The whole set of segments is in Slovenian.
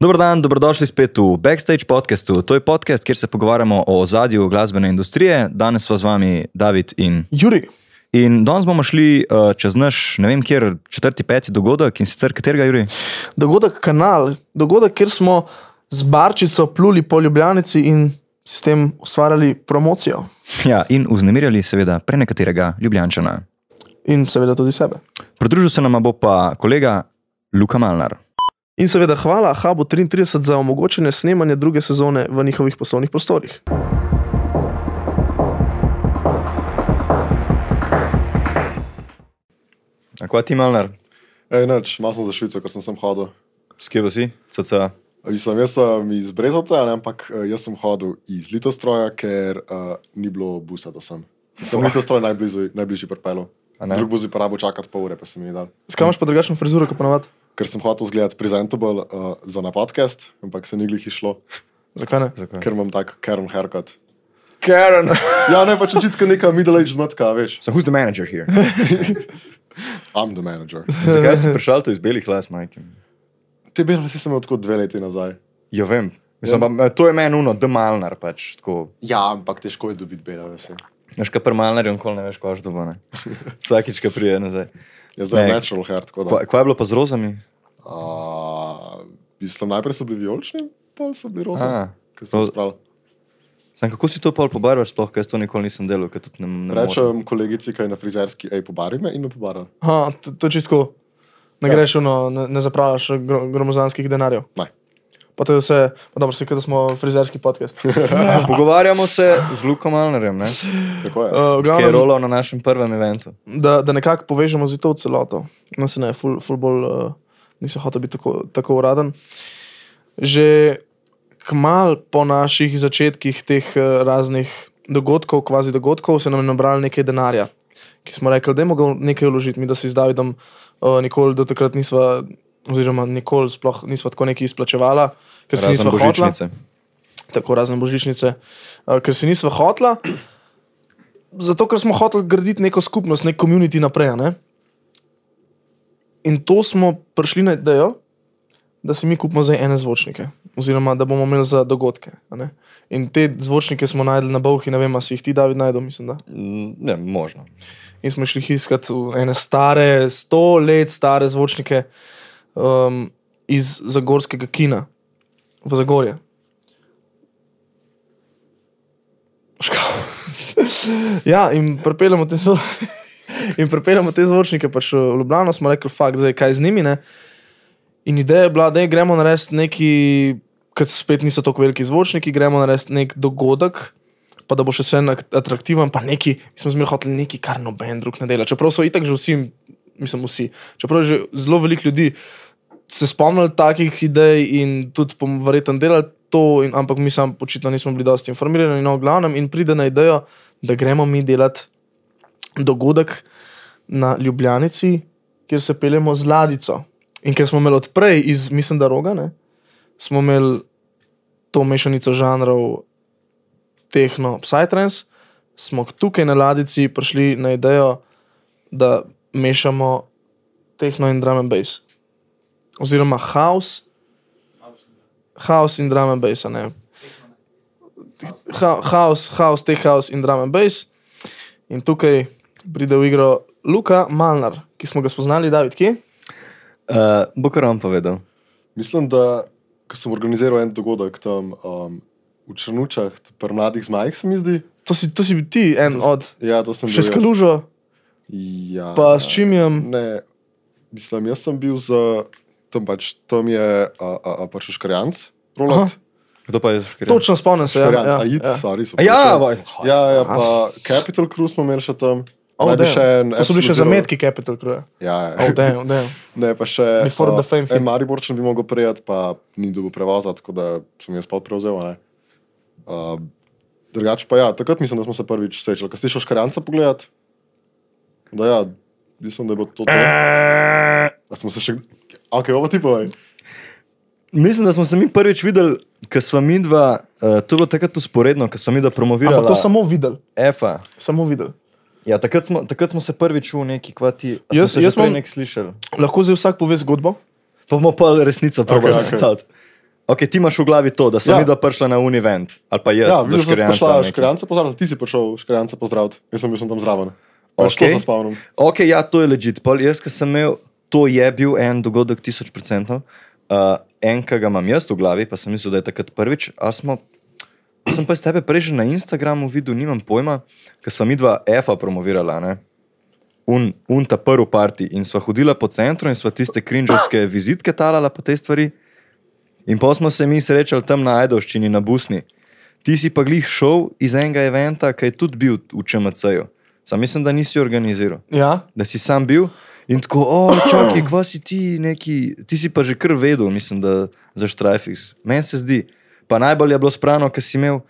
Dobro dan, dobrodošli spet v Backstage podkastu. To je podcast, kjer se pogovarjamo o ozadju glasbene industrije. Danes sva z vami David in Juri, In danes bomo šli uh, čez naš, ne vem, kjer četrti, peti dogodek in sicer katerega, Juri? dogodek kanal, dogodek, kjer smo z barčico pluli po Ljubljanici in s tem ustvarjali promocijo Ja, in vznemirjali, seveda, prenekaterega Ljubljančana. in seveda tudi sebe. Pridružil se nam bo pa kolega Luka Malnar. In seveda hvala Hubu 33 za omogočanje snemanja druge sezone v njihovih poslovnih prostorih. A kva ti, Malnar? Ej, neč, malo sem za Švico, ko sem sem hodil. S kje si? CCA. Mislim, jaz sem iz Brezovca, ne, ampak eh, jaz sem hodil iz Litostroja, ker uh, ni bilo busa do sem. Sem Litostroj najbližji, najbližji pripeljal. A ne? Drug bus bi porabo čakati pol ure, pa sem jih dal. Skaj imaš pa drugačno frizuro, kot ponavadi? Ker sem hotel zgledati prezentable uh, za na podcast, ampak se ni glih išlo, Zakaj ne? ker imam tak Karen haircut. Karen. Ja, ne pač očitka neka middle-aged matka, veš. So who's the manager here? I'm the manager. Zakaj si prišel tu iz belih las, Mike? Te belali si sem odkud dve leti nazaj. Ja, vem. Mislim, pa, eh, to je meni uno, da Malnar pač. Tako. Ja, ampak težko je dobiti belale se. Veš, kaj pri Malnarju nikoli ne veš, ko až dobo. Vsakič, ko prije nazaj. Jaz zdaj Ne. natural hair, tako da. Kva, kva je bilo pa z rozami? A, mislim, najprej so bili vijolični, pol so bili A, roza. Ker sem roz- se spravil. Sam, kako si to pol pobarvaš, sploh, ker jaz to nikoli nisem delal, ker tudi ne, ne morem. Rečem kolegici, kaj je na frizerski, hej, pobari me in me pobara. Ha, to, to je čisto. Ne greš, ono, ne, ne zapravljaš gro, gromozanskih denarjev. Ne. Pa to je vse, pa dobro, se kaj, da smo frizerski podcast. Uh, Pogovarjamo se z Lukom Malnerjem, ne? Tako je. v ki je glavnem, rolal na našem prvem eventu. da, da nekako povežemo z to v celoto. No, se ne, ful, ful bolj uh, nisem hotel biti tako, tako uraden. Že kmalu po naših začetkih teh uh, raznih dogodkov, kvazi dogodkov, se nam je nabralo nekaj denarja, ki smo rekli, da je mogoče nekaj vložiti, mi da si z Davidom uh, nikoli do takrat nismo. Oziroma, nikoli sploh nismo tako neki izplačevali, ker se nismo hotla božičnice. tako razne božičnice, eh, ker si nisva hotla. Zato, ker smo hoteli graditi neko skupnost, nek komunity naprej. a Ne? In to smo prišli na idejo, da si mi kupimo zdaj ene zvočnike, oziroma da bomo imeli za dogodke. a ne. In te zvočnike smo najdli na Bovhi, ne vem, ali si jih ti, David, najdel, mislim. Da. Mm, Ne, možno. In smo šli iskati v ene stare, sto let stare zvočnike um, iz Zagorskega kina, v Zagorje. Škal. ja, in pripeljemo te, zvo- in pripeljemo te zvočnike, pač v Ljubljano smo rekli, fakt, zdaj kaj z njimi. Ne? In ideja je bila, da gremo narediti neki, ker spet niso tako veliki zvočniki, gremo narediti nek dogodek. Pa da bo še vse atraktiven, pa neki, mi smo zmerno hoteli nekaj, kar noben drug ne dela. Čeprav so itak že vsi, mislim, vsi. Čeprav je že zelo veliko ljudi se spomnili takih idej in tudi bom verjetno delali to, in, ampak mi sam očitno nismo bili dosti informirani. No, v glavnem, in pride na idejo, da gremo mi delati dogodek na Ljubljanici, kjer se peljemo z ladjico. In ker smo imeli odprej iz, mislim, da roga, ne, smo imeli to mešanico žanrov tehno, psytrance, smo tukaj na ladjici prišli na idejo, da mešamo tehno in drum and bass. Oziroma house, house in drum and bass, a ne. Ha- House, house, tech house in drum and bass. In tukaj pride v igro Luka Malnar, ki smo ga spoznali, David, ki? Uh, bo kar vam povedal. Mislim, da ko sem organiziral en dogodek tam um, v Črnučah, pri mladih zmajih, se mi zdi. To si, to si bil ti, en od. Ja, to sem Še s bil jaz. Kalužo, Ja, pa s Čimijem. Ne, mislim, jaz sem bil za tam pač, tam je a, a, a, pač škarjanc, rolat. Kdo pa je škrijan? Točno spomnim se. Ja, Škarjanc, ja, ja, ajit, ja. ja. sorry. se Ja, opravičujem. vaj. ja, ja, pa Capital Cruise smo imeli še tam. Oh, Naj bi damn. še en to so bili še Absolute Zero- zametki Capital Crew. Ja, Oh, ja. damn, damn. Ne, pa še. eh, Before the fame hit. En Mariborčan bi mogel prijet, pa ni dobil prevoza, tako da sem jaz pa prevzel. a ne. Uh, drugač pa ja, takrat mislim, da smo se prvič srečali. Kaj si šel škarjanca pogledat? Da ja, mislim, da je bilo to. to. A smo se še... Ok, ovo ti povej. Mislim, da smo se mi prvič videli, ko smo mi dva, uh, to je bilo takrat usporedno, ko smo mi dva promovirali. Ampak to samo videl, Efa. samo videl. Ja, takrat smo, takrat smo se prvič v neki kvati. a smo Jaz- se že jaz prej imam- nek slišali. Lahko zdaj vsak pove zgodbo. Pa bomo pa resnico probali okej. sestaviti. Okay, ti imaš v glavi to, da si ja. Ja. midva prišla na univent, ali pa jaz, Ja, do videl sem, da Škrjanca je prišla nekaj. škranca pozdravljati, ti si prišel škranca pozdravljati, jaz sem bil sem tam zraven. Pač Okej. To se spomnim. Ok, ja, to je legit. Pol, jaz, ki sem imel, to je bil en dogodek, tisoč procentov. Uh, en, ki ga imam jaz v glavi, pa sem mislil, da je takrat prvič. a Smo, sem pa iz tebe prej že na Instagramu videl, nimam pojma, ker smo mi dva F-a promovirala. Ne? Un, un ta prvi parti in sva hodila po centru in sva tiste krinžovske vizitke talala pa te stvari. In pa smo se mi srečali tam na Ajdovščini, na Busni. Ti si pa glih šel iz enega eventa, ki je tudi bil v ČMC-ju. Sam mislim, da nisi organiziral Ja, da si sam bil. In tako, oj, čakaj, kva si ti neki, ti si pa že kar vedel, mislim, da za Štrajfix. Meni se zdi. Pa najbolj je bilo sprano, ker si imel,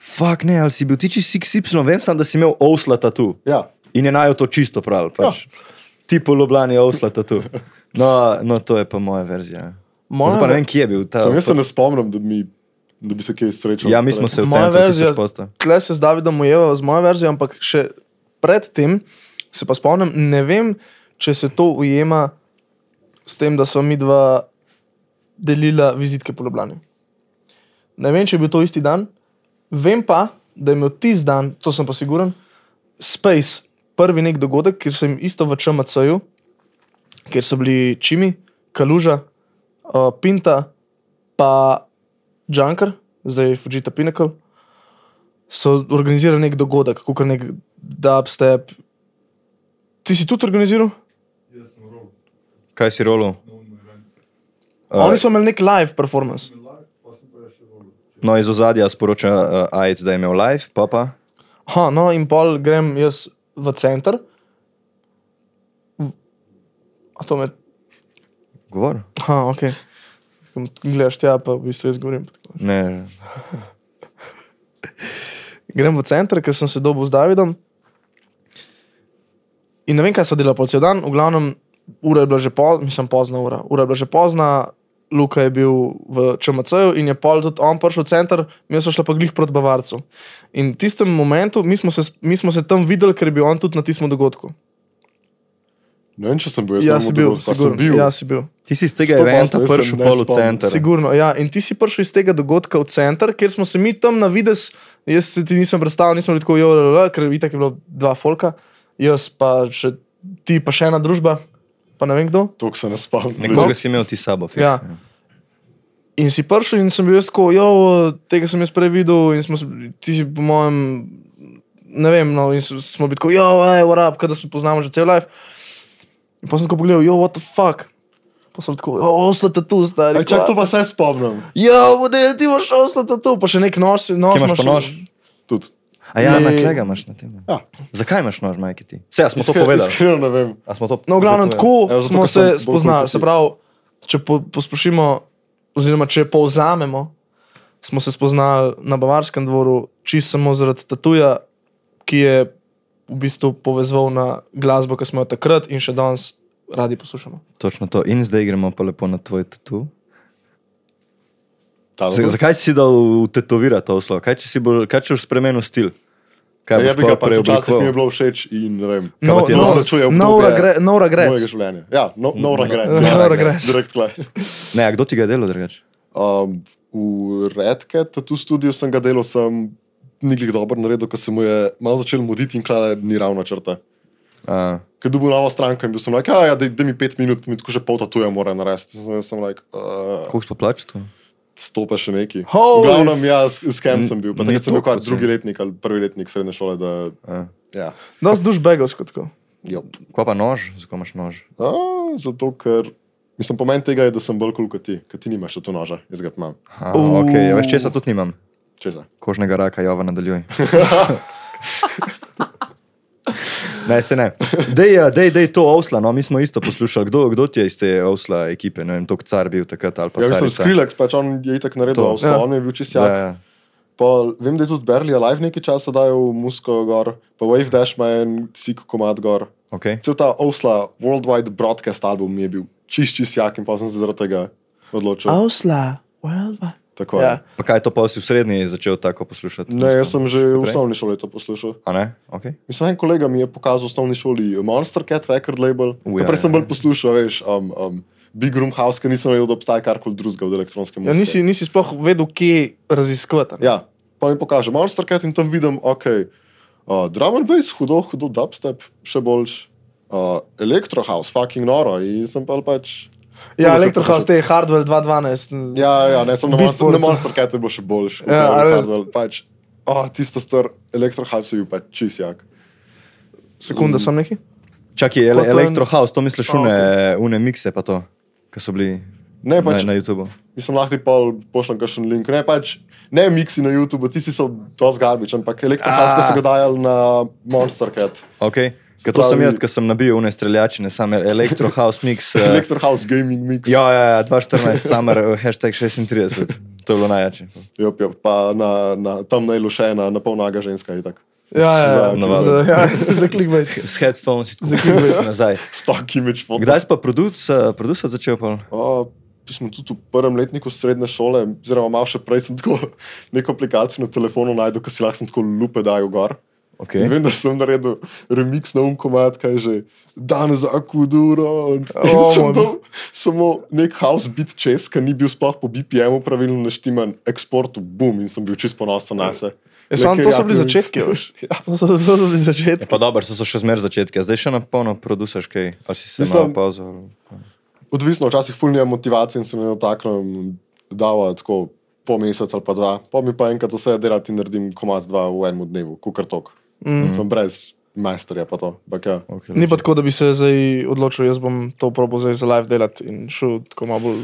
fuk ne, ali si bil ti čist XY, vem sam, da si imel osla tatu. Ja, In je najo to čisto prav, pač. Ti po Ljubljani osla tatu. No, no, to je pa moja verzija. Moja Moja Zdaj pa ne ver- vem, kje je bil ta. samo jaz se ne spomnim, da, mi, da bi se kje srečal. Ja, mi smo se v moja centru verzija, tisoč posta. tle se z Davidom ujeva z mojo verzijo, ampak še predtem se pa spomnim, ne vem, če se to ujema s tem, da smo mi dva delila vizitke po Ljubljani. Ne vem, če je bil to isti dan, vem pa, da je imel tisti dan, to sem pa siguren, Space, prvi nek dogodek, kjer sem isto v ČMC-ju, kjer so bili Čimi, Kaluža, uh, Pinta, pa Junker, zdaj Fujita Pinnacle, so organizirali nek dogodek, kot nek dubstep. Ti si tudi organiziral? Kaj si Eh, rolov? Uh, Oni so imeli nek live performance. No, iz ozadja sporoča uh, Aid, da je imel live, pa pa. Ha, no, in pol grem jaz v center. V- A to me. Govor. Ha, ok. Gledaš tja, pa v bistvu jaz govorim. Ne, grem v center, ker sem se dobil z Davidom. In ne vem, kaj so delali po cel dan, v glavnem, ura je bila že pozna, mislim, pozna ura. Ura je bila že pozna, Luka je bil v ČMC-ju in je pol tudi on prišel v center, mi smo šli pa glih proti Bavarcu. In v tistem momentu, mi smo se, s- mi smo se tam videli, ker je bil on tudi na tistem dogodku. Ne vem, če sem bil, jaz Ja, sem si bil, pa sem bil. Ja, si bil. Ti si iz tega 100% eventa jaz se prišel ne pol v spomnim. center. Sigurno, ja. In ti si prišel iz tega dogodka v center, kjer smo se mi tam na vides, jaz se ti nisem predstavljal, nisem rekel, jo, jo, jo, ker itak je bilo dva folka, jaz pa še ti, pa še ena družba, pa ne vem kdo. Tok se ne spomnim. Nekoga si imel ti s sabo. Fiks. Ja. In si prišel in sem bil jaz tako, jo, tega sem jaz prej videl in smo, se- ti si po mojem, ne vem, no, in s- smo bili tako, jo, ej, urab, kada se poznamo že cel life. In potem sem tako pogledal, jo, what the fuck. Pa sem tako, jo, ostate tu, stari. Aj, kva." čak to pa se spomnim. Ja, model, ti boš osla tatu, pa še nek nož, nož Kje imaš pa nož? Tudi. A ja, na Ne. klega imaš na tem. Ja. Zakaj imaš nož, majki ti? Vse, a smo to Iskren- povedali. Iskreno ne vem. A smo to No, v glavnem povedali? tako Ja, ja, zato, smo ker sem se bolj spoznali. kot Se ti. pravi, če po, posprošimo, oziroma če povzamemo, smo se spoznali na Bavarskem dvoru, čist samo zaradi Tatuja, ki je v bistvu povezal na glasbo, ki smo jo takrat in še danes radi poslušamo. Točno to. In zdaj gremo pa lepo na tvoj tatu. Ta, no, Z- Zakaj si si dal tetovirati to oslo? Kaj če si boš, kaj če boš spremenil stil? Kaj Ja, boš bi ga pa včasih mi je preoblikoval? bilo všeč in ne vem. Kaj pa ti je no, označuje no, obdobje regre, no regrets. Mojega življenja. Ja, no, no regret. No regrets. Direkt kle. Ne, a kdo ti ga je delal drugače? Um, v redke tatu studiu sem ga delal, sem nikoli dobro naredil, ker se mu je malo začel muditi in kle ni ravna črta. A, Ker dobil novo stranko in bil sem rekel, ja, da mi pet minut, mi tako že pol tatuja mora narediti. Sem, sem rekel, uh, Koliko si pa plačal to? stopa še neki. Holy V glavnem, ja, s, s kem sem bil, pa Ni takrat sem bil toliko kot drugi letnik ali prvi letnik srednje šole, da, A. ja. No, zduš begovsko tako. Jop. Kva pa nož? Zakaj imaš nož? A, zato, ker mislim, pomen tega je, da sem bolj kul kot ti, ker ti nimaš še to noža, jaz ga pa imam. Aha, Uh. ok, ja, veš česa tudi nimam. Čeza. kožnega raka, jova nadaljuj. ne, se ne. Dej, ja, dej, dej to Osla, no, mi smo isto poslušali, kdo, kdo ti je iz te Osla ekipe, ne vem, to car bil takrat ali pa Ja, mislim, carica. Skrillex, pač on je itak naredil, To. vse, Ja. on je bil čist Ja, jak. ja. Pa vem, da je tudi Berli Alive nekaj časa dajal musko gor, pa Wave Dash ima en sik komad gor. Okay. Cel ta Osla Worldwide Broadcast album mi je bil čist čist jak in pa sem se zaradi tega odločil. Ausla, worldwide. Tako je. Ja. Pa kaj je to pa si v srednji začel tako poslušati? Ne, jaz sem že v Prej? osnovni šoli to poslušal. A ne? Okay. Mislim, en kolega mi je pokazal v osnovni šoli Monster Cat record label. U, Uh, ja, ja, prej sem ja, bolj poslušal, veš, um, um, Big Room House, ker nisem vedel, da obstaja karkoli drugega od elektronske Ja, muzike. nisi, nisi sploh vedel, kje raziskovati. a ne. Ja, pa mi pokaže Monster Cat in tam vidim, ok, uh, drum and bass, hudo, hudo, dubstep, še boljš, uh, electro house, fucking noro in sem pa pač. ja Mogoče Electrohouse, poslušal. te Hardwell 212. Ja, ja, ne, sem na Beatport. Monster, na Monster Catu je bilo še boljš. Ja, a res. Ja, pač, oh, tisto star electro house je bil pa čist jak. Sekunda, sem neki. Čakaj, ele, Pa to je- Electro House, to misliš, A, une, une mikse pa to, ki so bili Ne, pač, na, na YouTubu. Mislim, lahko ti pol pošljem kakšen link. Ne, pač, ne miksi na YouTube, ti si so to zgarbič, ampak elektrohasko Ah. so ga dajali na Monster Cat. Okay. Ker to sem Spravi- jaz, ker sem nabil une streljačine, sam Electro House mix. eh, Electrohouse gaming mix. Ja, ja, ja 2014, summer, eh, hashtag 36. To je bilo najjače. Jop, jop, pa na, na tam najlušena, na polnaga ženska je tako. Ja, ja, Za- ja. navadno. Za, ja, za clickbait. S headphones, zaklikaj nazaj. Stock image font. Kdaj si pa producent produc eh, začel? Pa? O, mi smo tudi v prvem letniku srednje šole, oziroma malo še prej sem tako neko aplikacijo na telefonu najdel, ki si lahko sem tako lupe dajo gor. Okay. Okay. Vem, da sem naredil remix na unkomat, kaj je že danes za akuduro. In O, sem moj dal samo nek house beat čez, ki ni bil sploh po BPM-u pravilno naštiman, eksportu boom in sem bil čist ponosen na se. Ja, samo to so bili začetki, veš. Ja. To so, to so bili začetki. Pa dobro, so, so še zmer začetke, zdaj še na polno producaš kaj, ali si se Mislim- malo opazil. Odvisno, včasih fulnija motivacije in se ne dotaknem, dava no, tako pol meseca ali pa dva, pa mi pa enkrat vse delati in naredim komat dva v enem dnevu, kukar tok. Mhm. Mm. Sem brez majsterja pa to. Ampak ja. Okay, Ni pa tako, da bi se zdaj odločil, jaz bom to probo zdaj za live delati in šel tako malo bolj.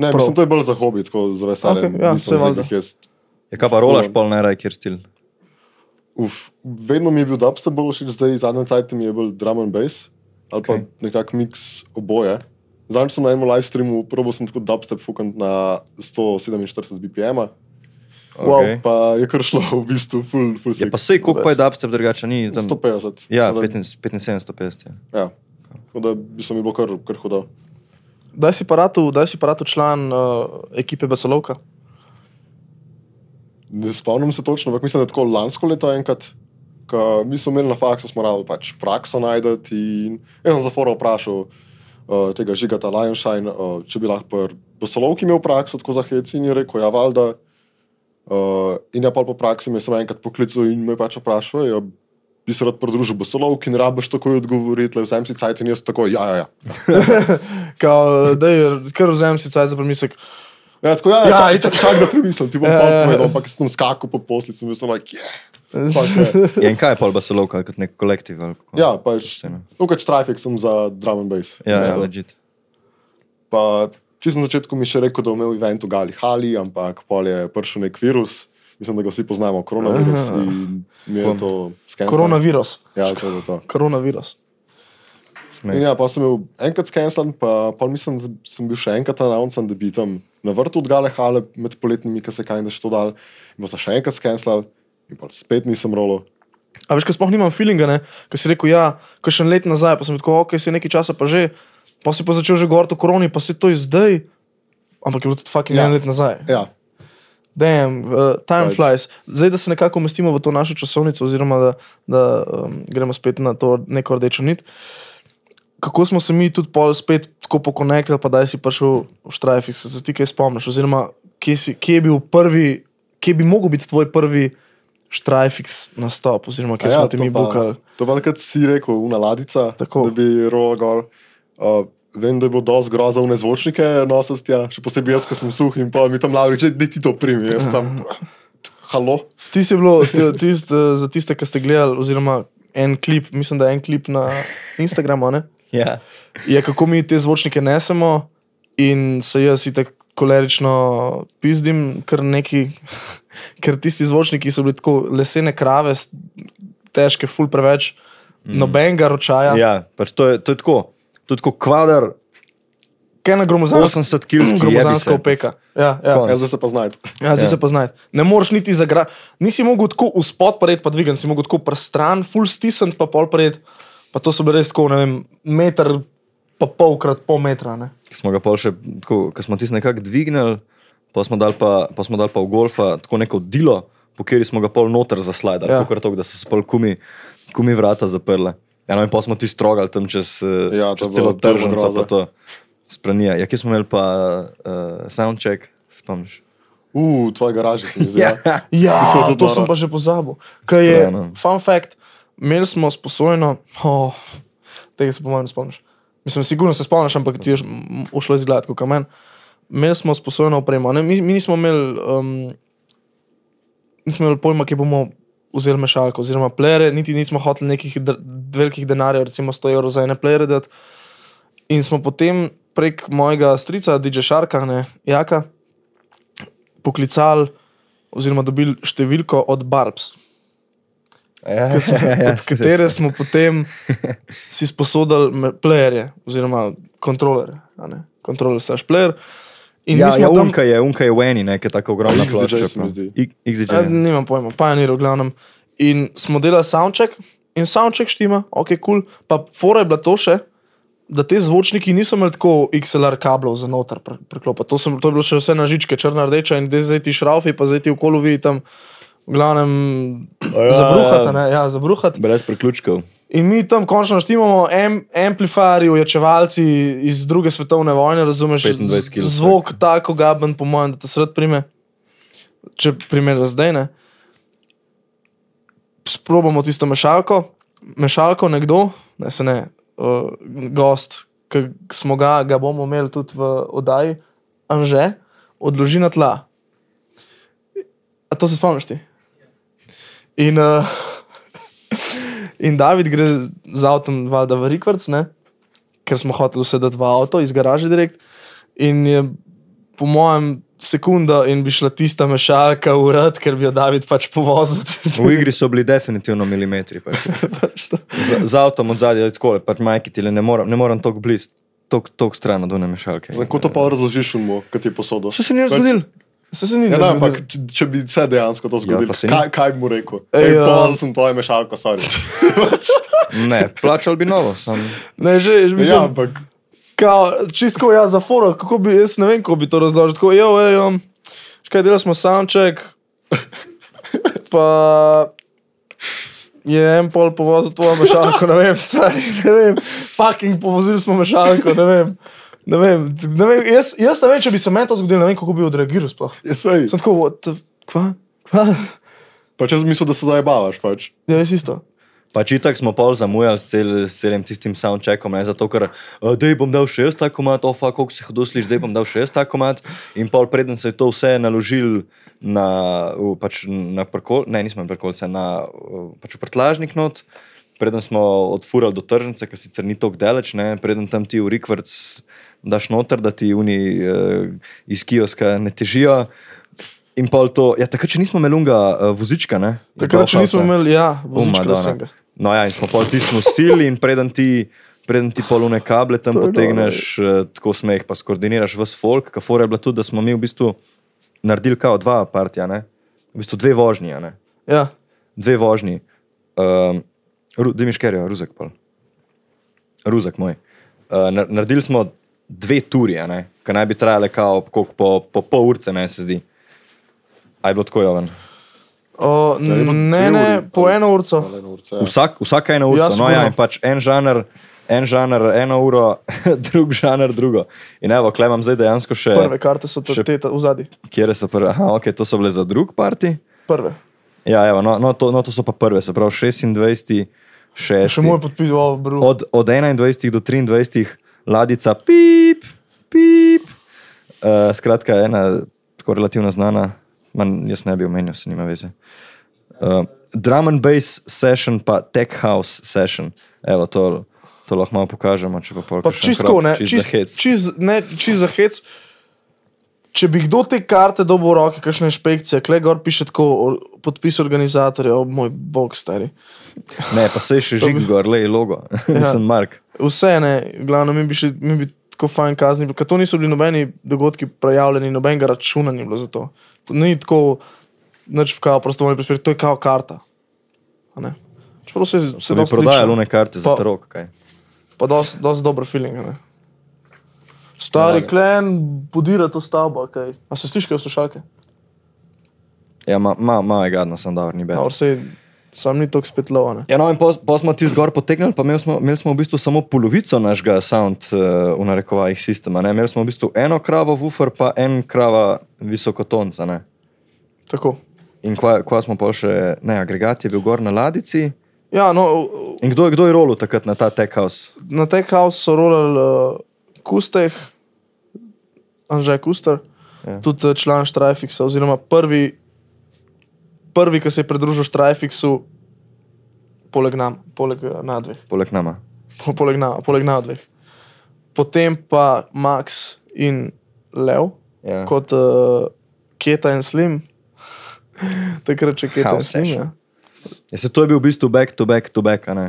Ne, Prav. mislim, to je bolj za hobi, tako za veselje. Okej, ja, saj valjda. jaz Je kaj pa rolaš pol najraj, kjer stil. Uf, vedno mi je bil dubstep bolj všeč, zdaj zadnje cajt mi je bil drum and bass ali okay. Okej. pa nekak mix oboje. Zadnjič sem na enem live streamu, probo sem tako dubstep fukant na 147 BPM, Okay. Wow, pa je kar šlo v bistvu full, full je pa sej, koliko pa je dubstep drugače, ni tam. 150. Ja, Tako da- 15, 15 150. Ja. Ja. Tako da bi se mi bilo kar, kar hudo. Daj si paratu, daj si paratu član uh, ekipe Basalovka. Ne spomnim se točno, ampak mislim, da tako lansko leto enkrat, ko mi smo imeli na faksu, smo morali pač prakso najdeti. In jaz sem za foro vprašal uh, tega žigata Lionshine, uh, če bi lahko poslovki imel prakso, tako za hec in je rekel, ja, valjda. Uh, in ja, pol po praksi me je samo enkrat poklical in me pač vprašal, ja, bi se rad pridružil Bosolovki in rabiš takoj odgovoriti, le vzem si cajt in jaz tako, ja, ja, ja. Kao, daj, kar vzem si caj za premislek. Ja, tako, ja, ja, Ja, ja itak. čak, čak, da premislim, ti bom Ja, ja, ja, ja. pa povedal, ampak sem skakal po posli, sem bil samo, like, yeah, fuck, yeah. Ja, in kaj je pol basolovka kot nek kolektiv? ali kako? Ja, pač, Vse, ne. tukaj trafik sem za drum and bass. ja, ja, Isto. legit. Pa, čisto na začetku mi je še rekel, da je imel event v Gali Hali, ampak pol je prišel nek virus. Mislim, da ga vsi poznamo, koronavirus. Aha. in Mi je to skeniralo. Koronavirus. Ja, to je to. Koronavirus. Smeh. In ja, pa sem bil enkrat skeniran, pa, pa mislim, da sem bil še enkrat announcen, da bi tam na vrtu od Gale Hale med poletnimi, ki se kaj da še to dal. In pa sem še enkrat skeniran in pa spet nisem rolo. A veš, ko sploh nimam feelinga, ne? Ko si rekel, ja, kakšen let nazaj, pa sem bil tako, ok, si nekaj časa pa že, pa si pa začel že govoriti o koroni, pa si to je zdaj. Ampak je bilo tudi fucking ja. Ja. en let nazaj. Ja, Damn, uh, time Pač. flies. Zdaj, da se nekako umestimo v to našo časovnico, oziroma da, da um, gremo spet na to neko rdečo nit. Kako smo se mi tudi pol spet tako pokonektali, pa da si prišel v Štrajfih, se, se ti kaj spomniš, oziroma kje, si, kje je bil prvi, kje bi mogel biti tvoj prvi Štrajfix nastop, oziroma kje A ja, smo ti to mi pa- bukali. To pa takrat si rekel, unaladica, Tako. da bi rolo gor. Uh, Vem, da je bilo dosti groza v nezvočnike nositi, ja. še posebej jaz, ko sem suh in pa mi tam lavi, če ti to primi, jaz tam. Halo. Ti si bilo, ti, tist, eh, za tiste, ki ste gledali, oziroma en klip, mislim, da je en klip na Instagramu, a ne? Ja. je kako mi te zvočnike nesemo in se jaz tako kolerično pizdim, ker neki, ker tisti zvočniki so bili tako lesene krave, s- težke, ful preveč, mm. nobenega ročaja. ja, pač to je, to je tako. To je tako kvadr Kaj na gromozansko, 80 kilskih. gromozansko opeka. Ja, ja. Kon. Ja, zdaj se pa znajte. ja zdaj Ja. se pa znaš. Ne moreš niti zagrati, nisi mogel tako uspod pred, pa dvigati, si mogel tako prstran, ful stisniti, pa pol pred, pa to so bili res tako, ne vem, meter, pa polkrat pol metra. Ne? Ki smo ga pol še, tako, ko smo tisti nekako dvignili, pa smo dali pa, pa, smo dali pa v golfa tako neko dilo, po kateri smo ga pol noter zaslidali, ja. Ja. tako da so se pol kumi, kumi vrata zaprle. Ja, no, in pa smo ti strogali tam čez, eh, Ja, to čez je celo bilo turbo tržnico. pa groza. to. Spranija, ja, kje smo imeli pa uh, soundcheck, spomniš? Uh, tvoje garaže se mi zdi. ja. Ja, Ki so jo tudi to sem dala. pa že pozabil. Kaj je, Sprejeno. fun fact, imeli smo sposojeno, oh, tega se po mojem ne spomniš. Mislim, sigurno se spomniš, ampak ti je š- m- ušlo iz gladko kamen. Imeli smo sposojeno opremo, ne, mi, mi nismo imeli, um, nismo imeli pojma, kje bomo vzeli mešalko, oziroma plere, niti nismo hoteli nekih dr- velikih denarjev, recimo 100 evrov za ene plere dati. In smo potem prek mojega strica, DJ Šarka, ne, Jaka, poklicali oziroma dobili številko od Barbs, Ja, ki smo- od katere smo potem si sposodili me- playerje oziroma kontrolere. a ne. Kontroler slash player. In Ja, mi smo ja tam, unka je, unka je v eni, nekaj tako ogromna XDJ plošča. se mi zdi. a, XDJ. Eh, nimam pojma, Pioneer v glavnem. In smo delali soundcheck, in soundcheck štima, ok, kul. Cool. Pa fora je bila to še, da te zvočniki niso imeli tako XLR kablov za noter pre, preklopa. To, sem, to je bilo še vse na žičke, črna rdeča in zdaj zdaj ti šraufi, pa zdaj ti okolovi tam, v glavnem, ja, ja, zabruhata, ja. ne, ja, zabruhata. Brez priključkov. In mi tam končno štimamo, am, amplifieri, ojačevalci iz druge svetovne vojne, razumeš? 25 kilo, Zvok tako gaben, po mojem, da te sred prime. Če primerjaš zdaj, ne. Sprobamo tisto mešalko, mešalko nekdo, ne se ne, uh, gost, ki smo ga, ga bomo imeli tudi v oddaji, anže, odloži na tla. A to se spomniš ti? In, uh, in David gre z- z avtom, valjda v Rikvrc, ne? ker smo hoteli vse dati v avto iz garaže direkt. In je, po mojem, sekunda in bi šla tista mešalka v rad, ker bi jo David pač povozil. V igri so bili definitivno milimetri. Pač. Pač to. Z, z avtom od zadaj je tako, pač majki ti le ne morem, ne morem tako blizu, tako tok stran od one mešalke. Kako to pa razložiš mu, kaj ti je posodo? Še se ni zgodil? Se se ni nič Pač- Ja, ne, zgodilo. ampak če, če bi se dejansko to Ja, zgodilo, pa se ja, ni. kaj, kaj bi mu rekel? Ej, Ej, ja. Pozval sem tvoje mešalko, sorry. Ja, Ne, plačal bi novo, sam. Ne, že, že ja, mislim, ampak Kao, čisto ja, za foro, kako bi, jaz ne vem, kako bi to razložil. Tako, jo, jo, škaj delali smo soundcheck, pa je en pol povozil tvojo mešalko, ne vem, stari, ne vem, fucking povozili smo mešalko, ne vem. Ne vem, ne vem jaz, jaz ne vem, če bi se meni to zgodilo, ne vem, kako bi odreagiral sploh. je sej. Sem tako, what the, kva, kva, Pač jaz mislim, da se zajebavaš. Pač. ja, jaz isto. Pač itak smo pol zamujali s, cel, s celim tistim soundcheckom, ne, zato ker, uh, da bom dal še jaz ta komat, ofa, koliko si hodil sliš, da bom dal še jaz ta komat. In pol preden se je to vse naložil na, v, pač na prkol, ne, nismo prkolce, na uh, pač v prtlažnik not, preden smo odfurali do tržnice, ki sicer ni tako daleč, ne, preden tam ti v Rikvrc daš noter, da ti uni uh, iz kioska ne težijo. In pol to, ja, takrat, če nismo imeli unga uh, vozička, ne? iz Takrat, če nismo Bauhausa. imeli, ja, O, vozička Madonna. vsega. No, ja, in smo pol tisti nosili, in preden ti, preden ti polune kable tam To je ja. potegneš, eh, tako smeh, pa skoordiniraš vse folk. Kafora je bila tudi, da smo mi v bistvu naredili kao dva partija, ne? v bistvu dve vožnji, a ne? Ja, dve vožnji. Um, Ru- Dimiš Kerja, Ruzek pol. Ruzek moj. Uh, nar- naredili smo dve turi, a ne, ki naj bi trajale kao koliko, po, po pol urce, meni se zdi. Aj bilo tako joven. o, Ja, je pa ne, tri ne, uri. po eno urco. Pa le eno urce, ja. Vsak, vsaka ena ura, Ja, no sigurno. ja, in pač en žanr, en žanr, eno uro, drug žanr, drugo. In evo, klej imam zdaj dejansko še, Prve karte so še- te, te ta- v zadnji. kje so prve. Aha, ok, to so bile za drug parti. Prve. Ja, evo, no, no, to, no, to so pa prve, se pravi 26, 6. Še moj podpis, o, bro. Od, od 21 do 23 ladica, pip, pip. Uh, skratka, ena tako relativno znana, manj, jaz ne bi omenil, se nima veze. Uh, drum and bass session, pa tech house session. Evo, to, to lahko malo pokažemo, če pa pol. Pa kakšen čisto, krop, ne, čisto za čisto hec. čist, ne, čist za hec. Če bi kdo te karte dobil v roke, kakšne inšpekcije, kle gor piše tako, or, podpis organizatorja, o moj bog, stari. Ne, pa se je še To bi- žig gor, le je logo. Ja. Sem Mark. Vse ne, glavno mi bi, še, mi bi tako fajn kazni, ker to niso bili nobeni dogodki prijavljeni, nobenega računa ni bilo za to. to ni tako, nič kao prostovoljni prispevek, to je kao karta. A ne? Čeprav se, se Se bi prodajali ne? lune karte za Pa- tarok, kaj. Pa dosti dost dober feeling. a Ne? Stari Pomaga. klen podira to stavbo. Kaj. A se slišiš, kaj so šalke? Ja, malo ma, ma je gadno, sem dobro, ni bed. Vse Sam ni tako spet lovane. Ja, no, in pa smo ti zgor potegnili, pa imeli smo, imeli smo v bistvu samo polovico našega sound uh, v narekovajih sistema. Ne? Imeli smo v bistvu eno kravo woofer, pa en krava visokotonca. Ne? Tako. In kva, kva smo pa še, ne, agregat je bil gor na ladici. Ja, no, v- v- In kdo, je- kdo je rolo takrat na ta tech house? na tej kaos so rolali uh, Kusteh, Anžaj Kuster, Ja. ja. tudi eh, član Štrajfiksa, oziroma prvi, prvi ki se je pridružil Štrajfiksu, poleg nam, poleg eh, na dveh. Poleg nama. Po- poleg na, poleg na dveh. Potem pa Max in Lev, Ja. ja. kot uh, Keta in Slim. Takrat, če Keta in House Slim. session. Ja. Ja, se to je bil v bistvu back to back to back, a ne?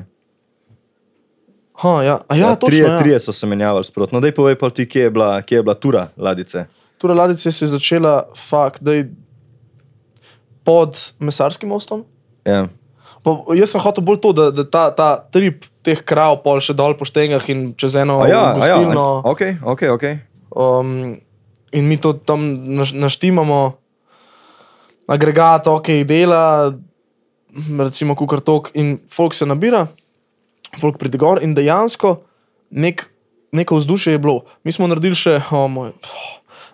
Ha, ja. A ja, ja, točno, trije, ja. trije so se menjavali sprotno. Daj povej pa ti, kje je bila, kje je bila tura ladice. Torej, ladice se je začela fakt, da je pod mesarskim mostom. Ja. Pa, jaz sem hotel bolj to, da, da ta, ta trip teh krav pol še dol po štengah in čez eno A ja, a ja, gostilno. ok, ok, ok. Um, in mi to tam naš, naštimamo, agregat, ok, dela, recimo, kukar tok, in folk se nabira, folk pride gor in dejansko nek, neko vzdušje je bilo. Mi smo naredili še, o moj.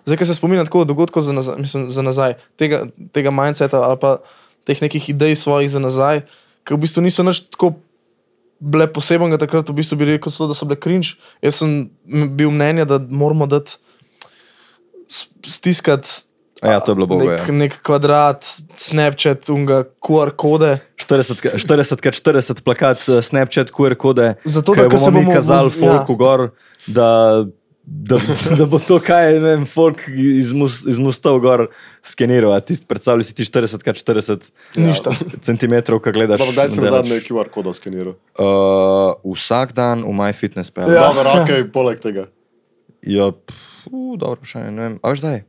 Zdaj, ki se spominjam tako dogodkov za nazaj, mislim, za nazaj tega, tega mindseta ali pa teh nekih idej svojih za nazaj, ki v bistvu niso nič tako bile posebnega takrat, v bistvu bi rekel, celo, da so bile cringe. Jaz sem m- bil mnenja, da moramo dati s- stiskati. A ja, to je bilo bogo, Nek, ja. nek kvadrat, Snapchat, unga, QR kode. 40, 40, 40 plakat, eh, Snapchat, QR kode. Zato, ke da, ko bomo se mi bomo kazali voz- folku ja. gor, da, da, da bo to, kaj je vem, folk iz, mus, iz mustov gor skeniral. A ti predstavljaj si ti 40, 40 Ja. Ništa. centimetrov, kaj gledaš. Dobro, daj si delaš. zadnji QR kod skeniral. Uh, vsak dan v MyFitnessPal. Ja. Dobro, ok, poleg tega. Ja, pf, u, dobro vprašanje, ne vem. A veš, daj?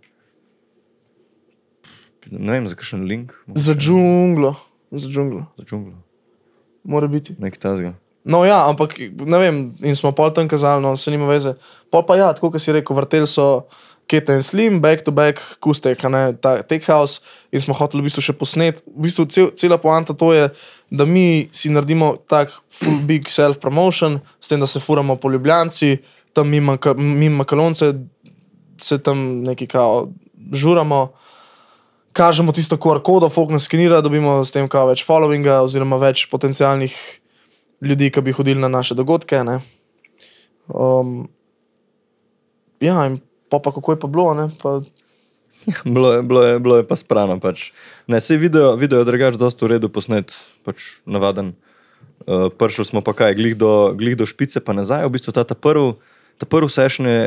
Ne vem, za kakšen link. mogoče, Za džunglo, za džunglo, Za džunglo. mora biti. Nek tazga. No, ja, ampak ne vem, in smo pol tam kazali, no, se nima veze. Pol pa ja, tako kot si rekel, vrteli so Keta in Slim, back to back, kustek, a ne, ta Tech House in smo hoteli v bistvu še posnet. V bistvu cel, cela poanta to je, da mi si naredimo tak full big self-promotion, s tem, da se furamo po Ljubljanci, tam mi, maka, mi makalonce, se tam neki kao žuramo. Kažemo tisto QR kodo, folk nas skenira, dobimo s tem kao več followinga oziroma več potencialnih ljudi, ki bi hodili na naše dogodke. ne. Um, ja, in pa, pa kako je pa bilo, ne? Pa, Bilo je, bilo je, bilo je pa sprano. Pač. Ne, se video, video je drugač dosta v redu posnet, pač navaden. Uh, Prišli smo pa kaj, glih do, glih do špice, pa nazaj. V bistvu ta, ta prvi, ta prvi sešn je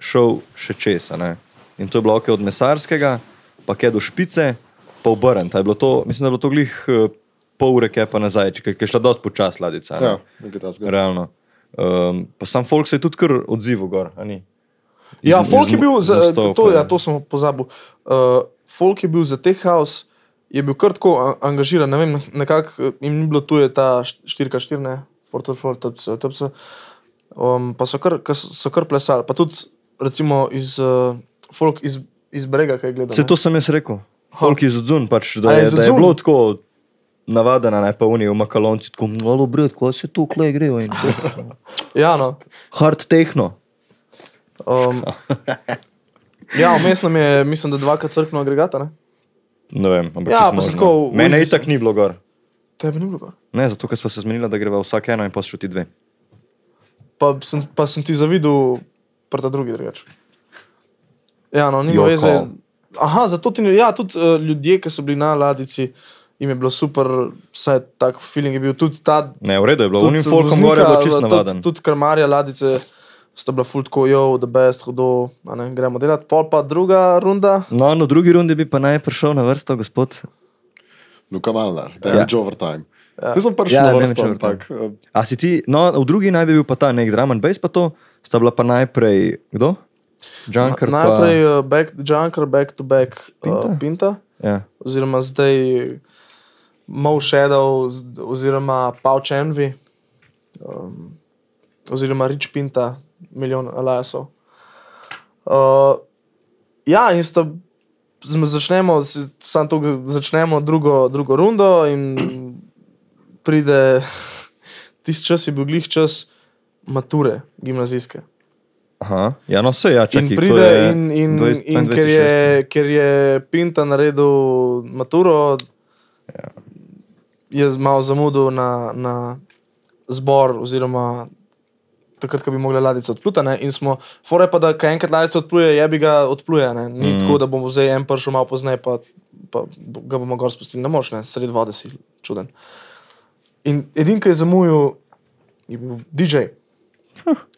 šel še česa. Ne? In to je bilo ok od mesarskega, pa kaj do špice, pa obrn. Mislim, da je bilo to glih eh, pol ure, kaj pa nazaj, če- ker je šla dosta počas ladica. a ne. Ja, nekaj tazga. Realno. Um, pa sam folk se je tudi kar odzival, gor, a ni. Iz- ja, folk je iz- bil, iz za, mostov, to, pa- ja, to sem pozabil. Uh, folk je bil za teh house, je bil kar tako a- angažiran, ne vem, nekako eh, jim ni bilo tuje ta št- 4x4, ne, 4x4, tps. Um, pa so kar, ka so so kar plesali, pa tudi recimo iz, uh, folk iz, iz brega, kaj gledam. Se to sem jaz rekel. Folk iz odzun, pač, da, A, je, iz da je odzun? bilo tako navadno, ne pa unijo v makalonci, tako malo brat, ko se tu klej grejo. in to." Ja, no. Hard tehno. Um, ja, vmes nam je, mislim, da dvakrat crkno agregata. Ne? Ne vem, ampak čisto Ja, pa možno. se tako v- Mene iz- itak ni bilo gor. Tebe ni bilo. gor. Ne, zato ker smo se zmenili, da greva vsak eno in pa še ti dve. Pa sem, pa sem ti zavidel, prta drugi drugače. Ja, no, ni Your veze. call. Aha, zato ti ne. Ja, tudi uh, ljudje, ki so bili na ladici, jim je bilo super, vsaj tak feeling je bil. Tudi ta Ne, v redu je bilo, Tudi unim folkom voznika, gor je bilo čisto tudi- navaden. Tudi karmarja, ladice sta bila full tako, jo, the best, hodo, a ne, gremo delati. Pol pa druga runda. No, no, drugi rundi bi pa naj prišel na vrsto, gospod. Luka Malnar, da je Ja. že overtime. Ti sem prišel Ja, na ne, vrsto, nič ampak eh, A si ti, no, v drugi naj bi bil pa ta nek drum and bass, pa to sta bila pa najprej, kdo? Junker. pa- Najprej uh, back, Junker, back to back, Pinta. Pinta? Uh, Pinta. Ja. oziroma zdaj Mow Shadow, z- oziroma Pouch Envy, um, oziroma Rich Pinta, milijon aliasov. Uh, ja, in sta, zm- začnemo, s- samo to, začnemo drugo, drugo rundo in pride, tisti čas je bil glih čas mature, gimnazijske. Aha, ja, no vse, ja, In čakaj, to pride, je in, in, 20, in ker, 26. je, ker je Pinta naredil maturo, ja. je malo zamudil na, na zbor, oziroma takrat, ko bi mogla ladica odpluta. Ne? In smo, fore pa, da kaj enkrat ladica odpluje, je bi ga odpluje. Ne? Ni mm. Mhm. tako, da bomo zdaj en pršel malo pozneje, pa, pa bo- ga bomo gor spustili na moč, ne? sred vode si čuden. In edin, ki je zamujil, je bil DJ,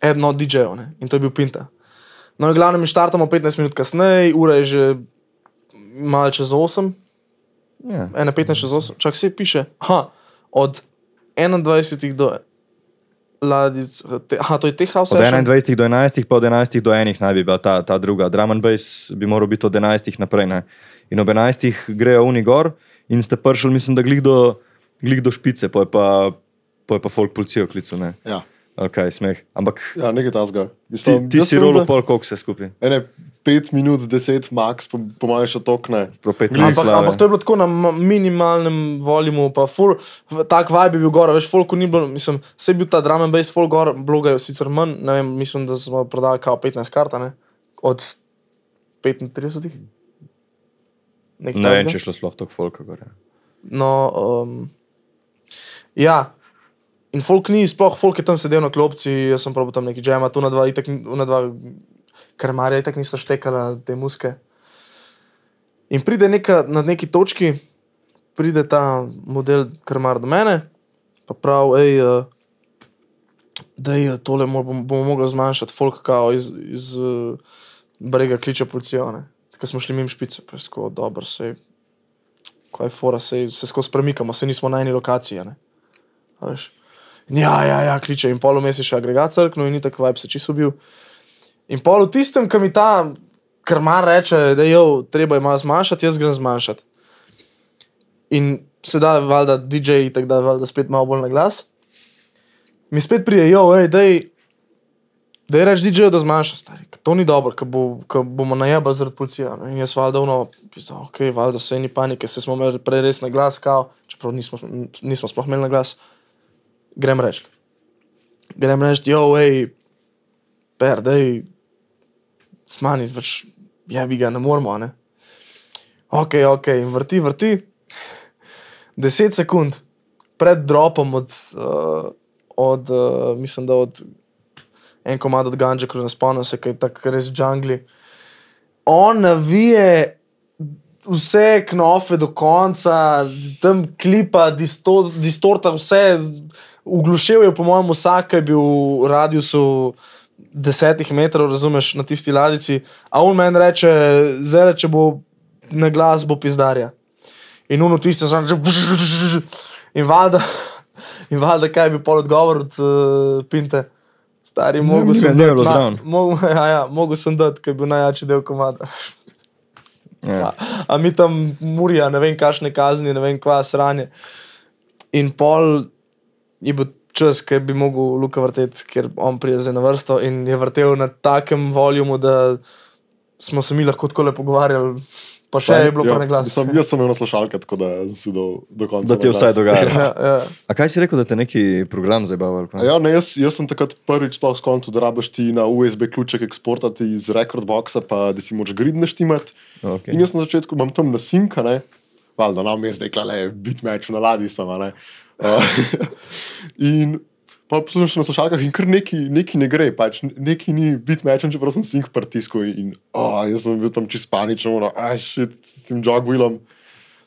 eden od DJ-jev ne? in to je bil Pinta. No, in glavno, mi štartamo 15 minut kasneje, ura je že malce čez 8, Ja. 1,15 čez 8, čak se piše, ha, od 21 do ladic, te, aha, to je teh house Od session? 21 do 11, pa od 11 do 1 naj bi bila ta, ta druga. Draman Base bi moral biti od 11 naprej. Ne? In ob 11 grejo oni gor in ste prišli, mislim, da glih do, glih do špice, pa je pa, pa, je pa folk policijo klical. Ne? Ja, Ali kaj, smeh. Ampak ja nekaj tasga. ti, ti si rolo pol, koliko se skupaj. Ene 5 minut, 10 max, po, po mojem še tokne. Prav pet minut Ampak, slave. ampak to je bilo tako na ma- minimalnem voljumu, pa ful, v- tak vibe je bil gor, a veš, folku ni bilo, mislim, se je bil ta drum and bass folk gor, bloga je sicer manj, ne vem, mislim, da smo prodali kao 15 kart, a ne, od 35. Nekaj Ne vem, takega. če je šlo sploh tako folka gor. Ja. No, um, ja. In folk ni, sploh folk je tam sedel na klopci, jaz sem prav tam neki džema, tu na dva, itak, ni- ona dva krmarja, itak nista štekala te muske. In pride neka, na neki točki, pride ta model krmar do mene, pa prav, hej, uh, da je eh, tole mo- bom- bomo mogli zmanjšati, folk kao iz, iz uh, brega kliče policijo. ne." Ko smo šli mimo špice, pa je tako dobro, sej kaj je fora, se, se skozi premikamo, se nismo na eni lokaciji. a ne. A veš. In Ja, ja, ja, kliče in pol vmes je še agregat crkno in ni tako vibe se čisto bil. In pol v tistem, ki mi ta krmar reče, da je treba jim malo zmanjšati, jaz grem zmanjšati. In sedaj valjda DJ-ji, tako da valjda spet malo bolj na glas. Mi spet prijejo, hej, dej, da je reč DJ-ju, da zmanjša stari. ker To ni dobro, ker bo, ker bomo najebali zaradi policije. ne. In jaz valjda ono, pizda, ok, valjda se ni panike, se smo imeli prej res na glas, kao, čeprav nismo, nismo sploh imeli na glas. Grem reči. Grem reči, jo, hej, per, dej, smani, pač, ja, bi ga ne moramo, a ne. Ok, ok, in vrti, vrti. 10 sekund pred dropom od, uh, od uh, mislim, da od en komad od Ganže, ki ne spomnim se, kaj tako res džungli. On navije vse knofe do konca, tam klipa, disto, distorta, vse. Uglušil je, po mojem, vsak, ki je bil v radiusu desetih metrov, razumeš, na tisti ladici. A on meni reče, zelo če bo na glas, bo pizdarja. In uno tisto, že in valjda, in valjda, kaj bi pol odgovor od uh, Pinte. Stari, mogel ni sem me- ni me dati, bilo ma- zraven. mogel- ja, ja, mogel sem dati, ker je bil najjačji del komada. Ja. A mi tam murija, ne vem, kakšne kazni, ne vem, kva sranje. In pol je bil čas, ki bi mogel Luka vrteti, ker on prije zdaj na vrsto in je vrtel na takem voljumu, da smo se mi lahko tako le pogovarjali, pa še je bilo pa na glas. Sem, Ja, jaz sem imel naslušalke, tako da sem si do, do konca. Da ti je na glas. vsaj dogajalo. Ja, ja. A kaj si rekel, da te neki program zabaval? A Ja, ne, jaz, jaz sem takrat prvič sploh skončal, da rabiš ti na USB ključek eksportati iz rekordboxa, pa da si moč grid naštimati. Okay. In jaz na začetku imam tam nasinka, ne, valjda na mestu, da je bitmeč na ladji sama, ne. Uh, in pa poslušam še na slušalkah in kar neki, neki ne gre, pač neki ni bitmečen, čeprav sem sink pritisku in oh, jaz sem bil tam čist paničen, ono, aj shit, s tem jogwheelom,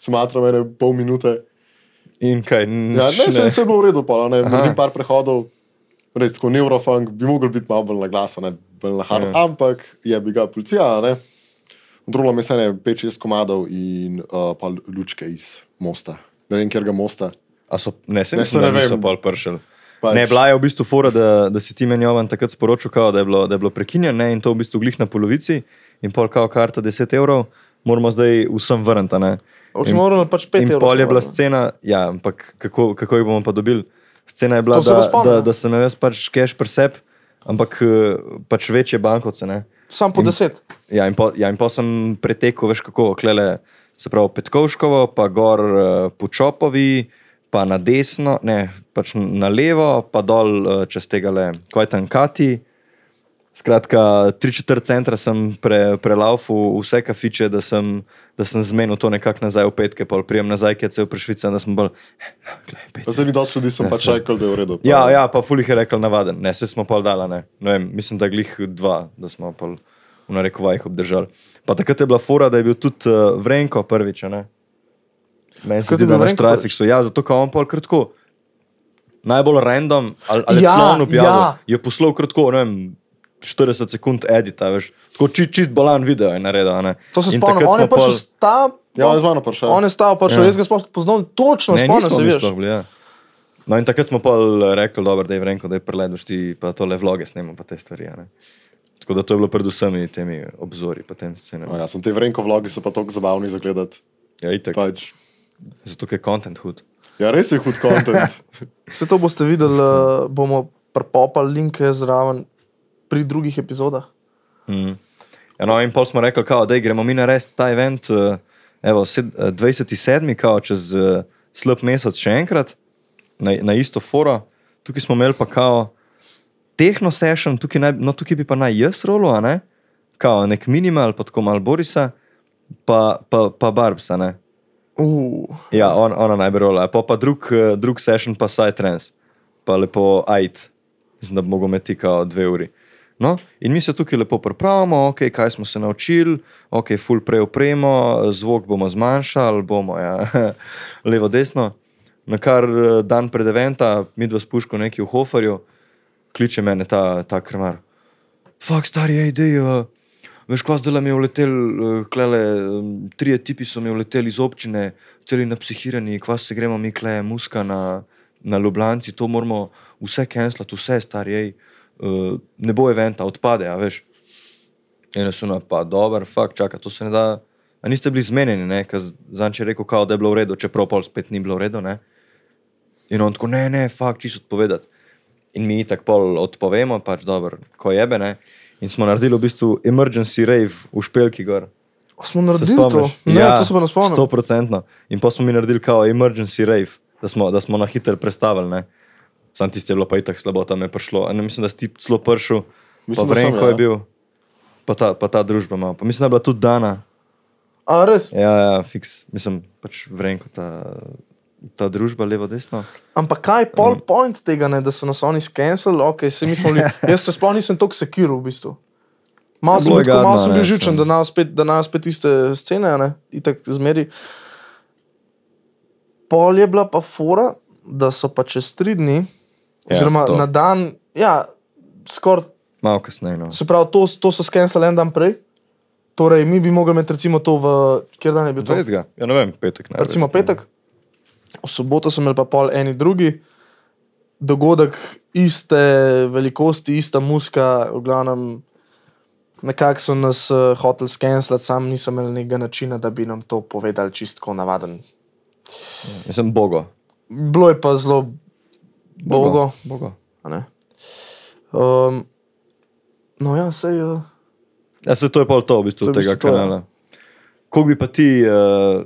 smatram ene pol minute. In kaj? ne. Ja, ne, se, se je bilo v redu, pa ne, Aha. naredim par prehodov, res tako neurofunk, bi mogel biti malo bolj na glas, a ne bolj na hard, Ja. ja. ampak je bi ga policija, a ne. Drugo mi se ne, 5-6 komadov in uh, pa lučke iz mosta. Ne vem, kjer ga mosta. A so, ne, se Ne, mislim, da saj ne niso vem. pol pršel. Pač. Ne, bila je v bistvu fora, da, da si ti meni Jovan takrat sporočil, kao, da, je bilo, da je bilo prekinjeno ne, in to v bistvu glih na polovici in pol kao karta 10 evrov, moramo zdaj vsem vrniti. a ne. Ok, In- moramo pač pet In evrov. pol je bila smo morali. scena, ja, ampak kako, kako jih bomo pa dobili? Scena je bila, To se da, pa spomnim. da, da sem imel jaz pač keš presep, ampak eh, pač večje bankovce. Ne. Sam po in- deset. Ja, in po, ja, in po sem pretekel, veš kako, klele, se pravi Petkovškovo, pa gor uh, Pučopovi, eh, pa na desno, ne, pač na levo, pa dol eh, čez tega le, kaj tam kati. Skratka, tri četrt centra sem pre, prelaufal vse kafiče, da sem, da sem zmenil to nekako nazaj v petke, pa prijem nazaj, ki je cel prešvica, da sem bolj. "Eh, glej, pet." Pa zdaj mi dosti ljudi sem pač rekel, da je v redu. Pa, Ja, ja, pa Fulih je rekel navaden, ne, se smo pol dala, ne. ne vem, mislim, da glih dva, da smo pol v narekovajih obdržali. Pa takrat je bila fora, da je bil tudi uh, Vrenko prvič, a ne. Meni se zdi, Takrat je da bil naš Vrenko trafik so, ja, zato kao on pol kratko. Najbolj random, ali, ali ja, Ja, slon objavil, ja. ja. je poslal kratko, ne vem, 40 sekund edita, veš, tako čist, čist balan video je naredil, a ne. To se In spomnim, takrat on je smo pač pol- ostal. Ja, on je z mano prišel. On je ostal, pač Ja. jaz ga sploh poznam, točno Ne, spomnim nismo se, mi veš. sploh bili. Ja. No, in takrat smo pa rekli, dobro, da je Vrenko, da je preleduš ti pa tole vloge snemo, pa te stvari. a ne. Tako da to je bilo predvsem temi obzori, pa tem No, scenam. ja, sem te vrenko vlogi, so pa tako zabavni za gledati. Ja, itak. Pač. Zato je content hud. Ja, res je hud kontent. Vse to boste videli, eh, bomo prepopali linke zraven pri drugih epizodah. Mm. Ja, no, in pol smo rekli, kao, da gremo mi narediti ta event, eh, evo, sed- eh, 27. kao čez eh, slab mesec še enkrat, na, na isto foro. Tukaj smo imeli pa kao tehno session, tukaj, naj, no, tukaj bi pa naj jaz rolo, a ne? Kao nek minimal, pa tako mal Borisa, pa, pa, pa Barbsa, ne? Uh, Ja, on, ona naj bi rola, pa, pa drug, eh, drug session, pa saj trans, pa lepo ajt, zdaj bi mogel imeti kao dve uri. No, in mi se tukaj lepo pripravimo, okay, kaj smo se naučili, ok, full preopremo, zvok bomo zmanjšali, bomo ja, levo, desno. Na kar eh, dan pred eventa, mi dva spuško neki v Hoferju, kliče mene ta, ta krmar. Fak, stari, ej, dej, uh, veš, ko zdaj mi je uletel, uh, klele, um, trije tipi so mi uleteli iz občine, celi napsihirani, kva se gremo mi, kle, muska na, na Ljubljanci, to moramo vse kenslati, vse stari, ej, uh, ne bo eventa, odpade, a veš. In jaz sem na pa, dober, fak, čaka, to se ne da. A niste bili zmenjeni, ne, ker zanče je rekel, kao, da je bilo v redu, čeprav pol spet ni bilo v redu, ne. In on tako, ne, ne, fakt, čisto odpovedati. In mi tako pol odpovemo, pač dobro, ko jebe, ne. In smo naredili v bistvu emergency rave v špelki gor. smo Se naredili to? spomniš? Ne, ja, to se pa ne spomnim. Sto procentno. In pa smo mi naredili kao emergency rave, da smo, da smo na hitro prestavili, ne. Sam tisti je bilo pa itak slabo, tam je prišlo. A Ne, mislim, da si ti celo pršil, pa Mislim, da sem, Vrenko ja. je bil, pa ta, pa ta družba malo. Pa mislim, da je bila tudi Dana. A res? Ja, ja, fiks. Mislim, pač vrenko ta, ta družba, levo, desno. Ampak kaj Mm. je pol point tega, ne, da so nas oni skenirali? Okay, saj mi smo bili- jaz se sploh nisem tako sekiral, v bistvu. Ja, Malo sem, bilo je bil tako- malo gadno, sem ne, bil živčen, sem- da najo spet, da najo spet iste scene, ne, itak zmeri. Pol je bila pa fora, da so pa čez tri dni, Ja, oziroma to. na dan, ja, skoraj Malo kasneje. No. Se pravi, to, to so skenirali en dan prej. Torej, mi bi mogli imeti recimo to v, kjer dan je bil to? 20. Ja, ne vem, petek. Ne, Recimo petek, v soboto so imeli pa pol eni drugi, dogodek iste velikosti, ista muska, v glavnem. Nekako so nas uh, hoteli skenirati, sam nisem imel nekega načina, da bi nam to povedali čistko navaden. Mislim, bogo. No. Bilo je pa zelo dolgo. bogo. Um, no, ja, sej. Uh, Ja, se to je pol to, v bistvu, To je v tega bistvu to, ja. kanala. Koliko bi pa ti, uh,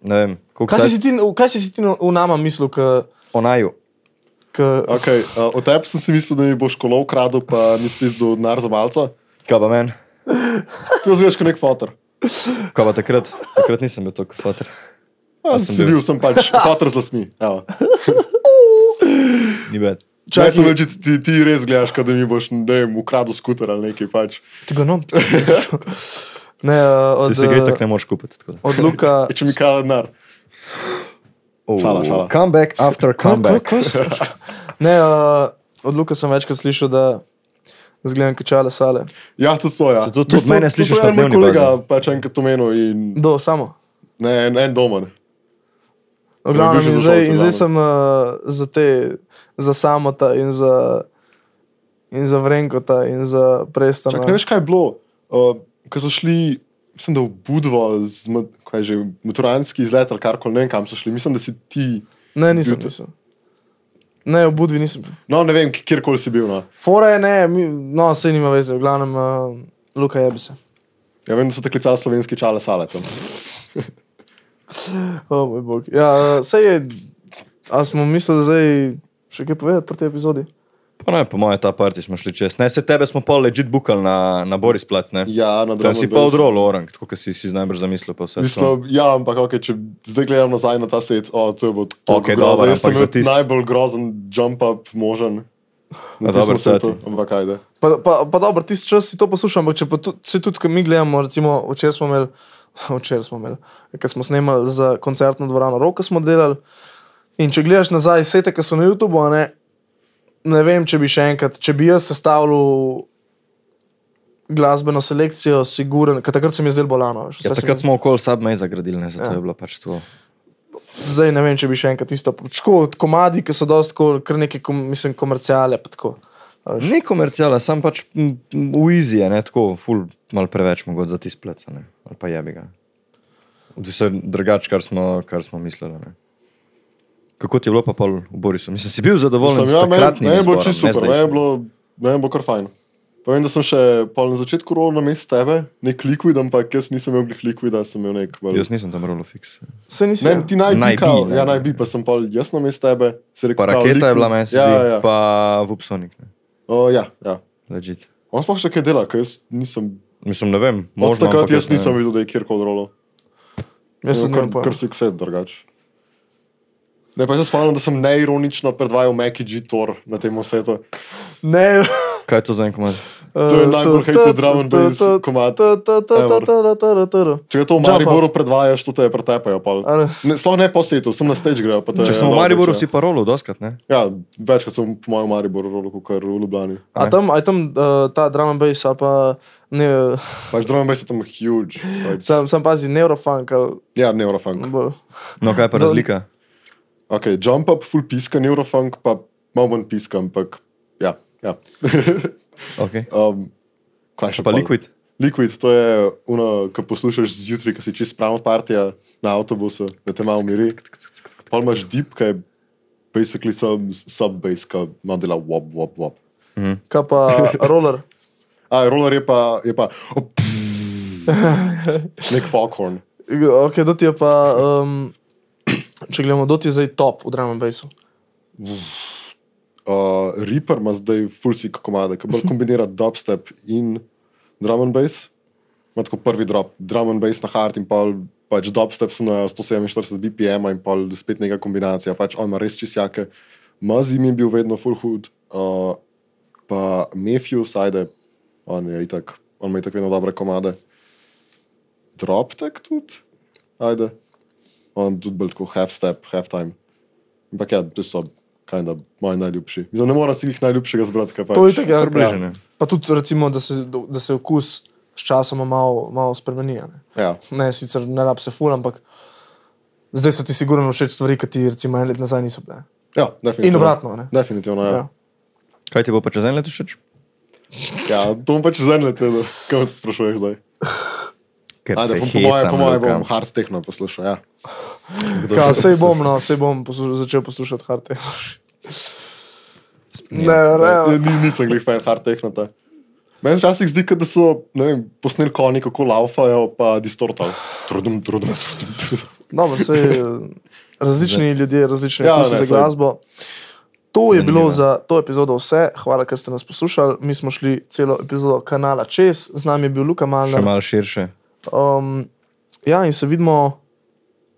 ne vem, koliko Kaj si, si si ti, kaj si si ti v nama mislil, k, o naju? k, Okay, uh, od tebe sem si mislil, da mi boš kolo ukradel, pa mi spizdu denar za malca. Kaj pa meni? Ti vzgledaš kot nek fotor. Kaj pa takrat? Takrat nisem bil tako fater. Ja, sem sem bil, sem pač fotor z lasmi. evo. Ni bed. Čakaj. Čakaj, sem reči, ti, ti res gledaš, kot da mi boš ne vem, ukradel skuter ali nekaj. Pač. ti ga nom? ne, eh, od, Če se gre, eh, tako ne moreš kupiti. tako da. od Luka. E, Če mi kradejo denar. Oh, šala, šala. Comeback after comeback. Kaj- kaj- kaj- Hm, ne, uh, od Luka sem večkrat slišal, da zgledam kačale sale. Ja, tudi to je. Ja. Se to tudi od mene slišiš na en moj dnevni kolega, pač enkrat omenil in Do, samo. ne, en, en domen. V glavnem, Bivši in zdaj, in sošolci zdaj zame. sem uh, za te, za samota in za, in za vrenkota in za prestana. Čak, ne veš, kaj je bilo. Uh, ko so šli, mislim, da v Budvo, z, ma- kaj je že, maturanski izlet ali karkoli, ne vem, kam so šli. Mislim, da si ti, ne, nisem, Bil- nisem. Ne, v Budvi nisem. bil. no ne vem, k- kjerkoli si bil. No. Fora je ne, mi, no, se nima veze, v glavnem, uh, Luka jebi se. Ja, vem, da so te klicali slovenski čale sale tam. O moj bog. Ja, se eh, je A smo mislili, da je še kaj povedati pri tej epizodi? Pa ne, po mojem, ta parti smo šli čez. Ne, se tebe smo pol legit bukali na, na Boris Plat, ne? Ja, na Tam drugi si pa odrol, orang, tako kot si, si najbrž zamislil. Pa vse, no. to. Mislim, ja, ampak okay, če zdaj gledam nazaj na ta set, oh, to je bilo tako Okej, grozno. dobro, Jaz sem ampak za imel tisto- najbolj grozen jump up možen. A Na dobro, tistem saj setu, ti. Ampak ajde. Pa, pa, pa dobro, tisti čas si to poslušam, ampak če pa tudi, se tudi, ko mi gledamo, recimo včeraj smo imeli, včeraj smo imeli, ker smo snemali za koncertno dvorano, roke smo delali. In če gledaš nazaj, vse te, ki so na YouTubu, a ne, ne vem, če bi še enkrat, če bi jaz sestavljal glasbeno selekcijo, siguren, ker takrat se mi je zdelo bolano. veš, Ja, vse se takrat mi- smo okoli Submej zagradili, ne, zato ja. je bilo pač to. Zdaj ne vem, če bi še enkrat isto. Tako, komadi, ki so dosti, tako, kar neke, kom, mislim, komercijale, pa tako. a veš. Ni komercijala, sam pač m, m, v Easy je, ne, tako, ful, mal preveč mogoče za tisti plec, a ne, ali pa jebi ga. Vse drugače, kar smo, kar smo mislili, ne. Kako ti je bilo pa pol v Borisu? Mislim, si bil zadovoljen s Mislim, ja, meni- takratnim meni je bilo izborom, čisto ne super, zdajšnjim? meni je bilo- meni je bilo kar fajn. Povem, da sem še pol na začetku rolil na mestu tebe, nek likvid, ampak jaz nisem imel glih likvida, sem imel nek malo. Jaz nisem tam rolo fiks. Saj nisi, ja. Ne, ti naj Naj bi, bi, kao, ne. ja, naj bi, pa sem pol jaz na mestu tebe. si rekel, Pa kao, raketa je liquid. bila meni, se ja, zdi, ja. pa Vupsonik, ne, O, ja, ja. legit. On sploh še kaj dela, ker jaz nisem. Mislim, ne vem, Od možno, takrat ampak jaz ne nisem vem. videl, da je kjerkoli rolil. Jaz sem kar, kar kar si kset drugače. Ne, pa se spomnim, da sem neironično predvajal Meki G. Tor na tem setu. Ne, Eh, Kaj je to za en komad? To je najbolj hated drum and bass komad ever. Če ga to v Jump Mariboru predvajaš, to te pretepajo. pol. A ne. Ne, Sploh ne po setu, sem na stage grejo. pa te Če sem v dobro Mariboru, si tečejo. pa rolo doskrat, ne? Ja, večkrat sem po mojem Mariboru rolil, kot kar v Ljubljani. A tam, a je tam uh, ta drum and bass, a pa ne, Pač drum and bass je tam huge. Pač. sam, sam pazi, neurofunk ali Ja, neurofunk. bolj. No, kaj pa No. razlika? Ok, jump up, full piska, neurofunk pa malo manj piska, ampak ja. ja. Okay. um, kaj še Pa pol? Liquid. Liquid, to je ono, kar poslušaš zjutraj, ko si čist pravno partija na avtobusu, da te malo umiri. Pa imaš deep, ki je basically sam sub-bass, ki ima dela wop, wop, wop. Kaj pa roller. A, roller je pa, je pa op, nek foghorn. Ok, doti je pa, um, če gledamo, doti je zdaj top v drum and bassu. Uh, Reaper ima zdaj full sick komade, ki bolj kombinira dubstep in drum and bass. Ima tako prvi drop, drum and bass na hard in pol, pač dubstep sem na 147 BPM in pol spet neka kombinacija. Pač on ima res čisjake. Mazi mi je bil vedno full hood, uh, pa Mefius, ajde, on je itak, on ima itak vedno dobre komade. Droptek tudi, ajde. On tudi bolj tako half step, half time. Ampak ja, to so kajda moji najljubši. Zdaj, ne moram si jih najljubšega zbrati, kaj pač. To je tako, ja. Približene. Pa tudi recimo, da se, da se okus sčasoma malo, malo spremeni. a Ne? Ja. ne, sicer ne rab se ful, ampak zdaj so ti sigurno všeč stvari, ki ti recimo en let nazaj niso bile. ja, definitivno. In obratno, ne? Definitivno, ja. Ja. Kaj ti bo pa čez en let všeč? Ja, to bom pač zanimivo, kaj te sprašuješ zdaj. Ker Ajde, se bom, po mojem, hecam, po moje Luka. bom hard techno poslušal. Ja. Ka, sej bom, no, sej bom posluš začel poslušati harte. כן. Ne, Ja, ne, ni, nisem glih fan hard tehnota. Meni se včasih zdi, kot da so ne vem, posneli konji, kako laufajo, pa distortali. Trudum, trudum. dobro, sej eh, različni ljudje, različni Ja, ja, okusi ne, za saj. glasbo. To je bilo Zanimivo. za to epizodo vse. Hvala, ker ste nas poslušali. Mi smo šli celo epizodo kanala čez, z nami je bil Luka Še Malner. malo širše. Um, ja, in se vidimo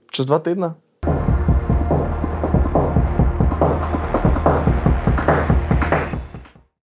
čez dva tedna.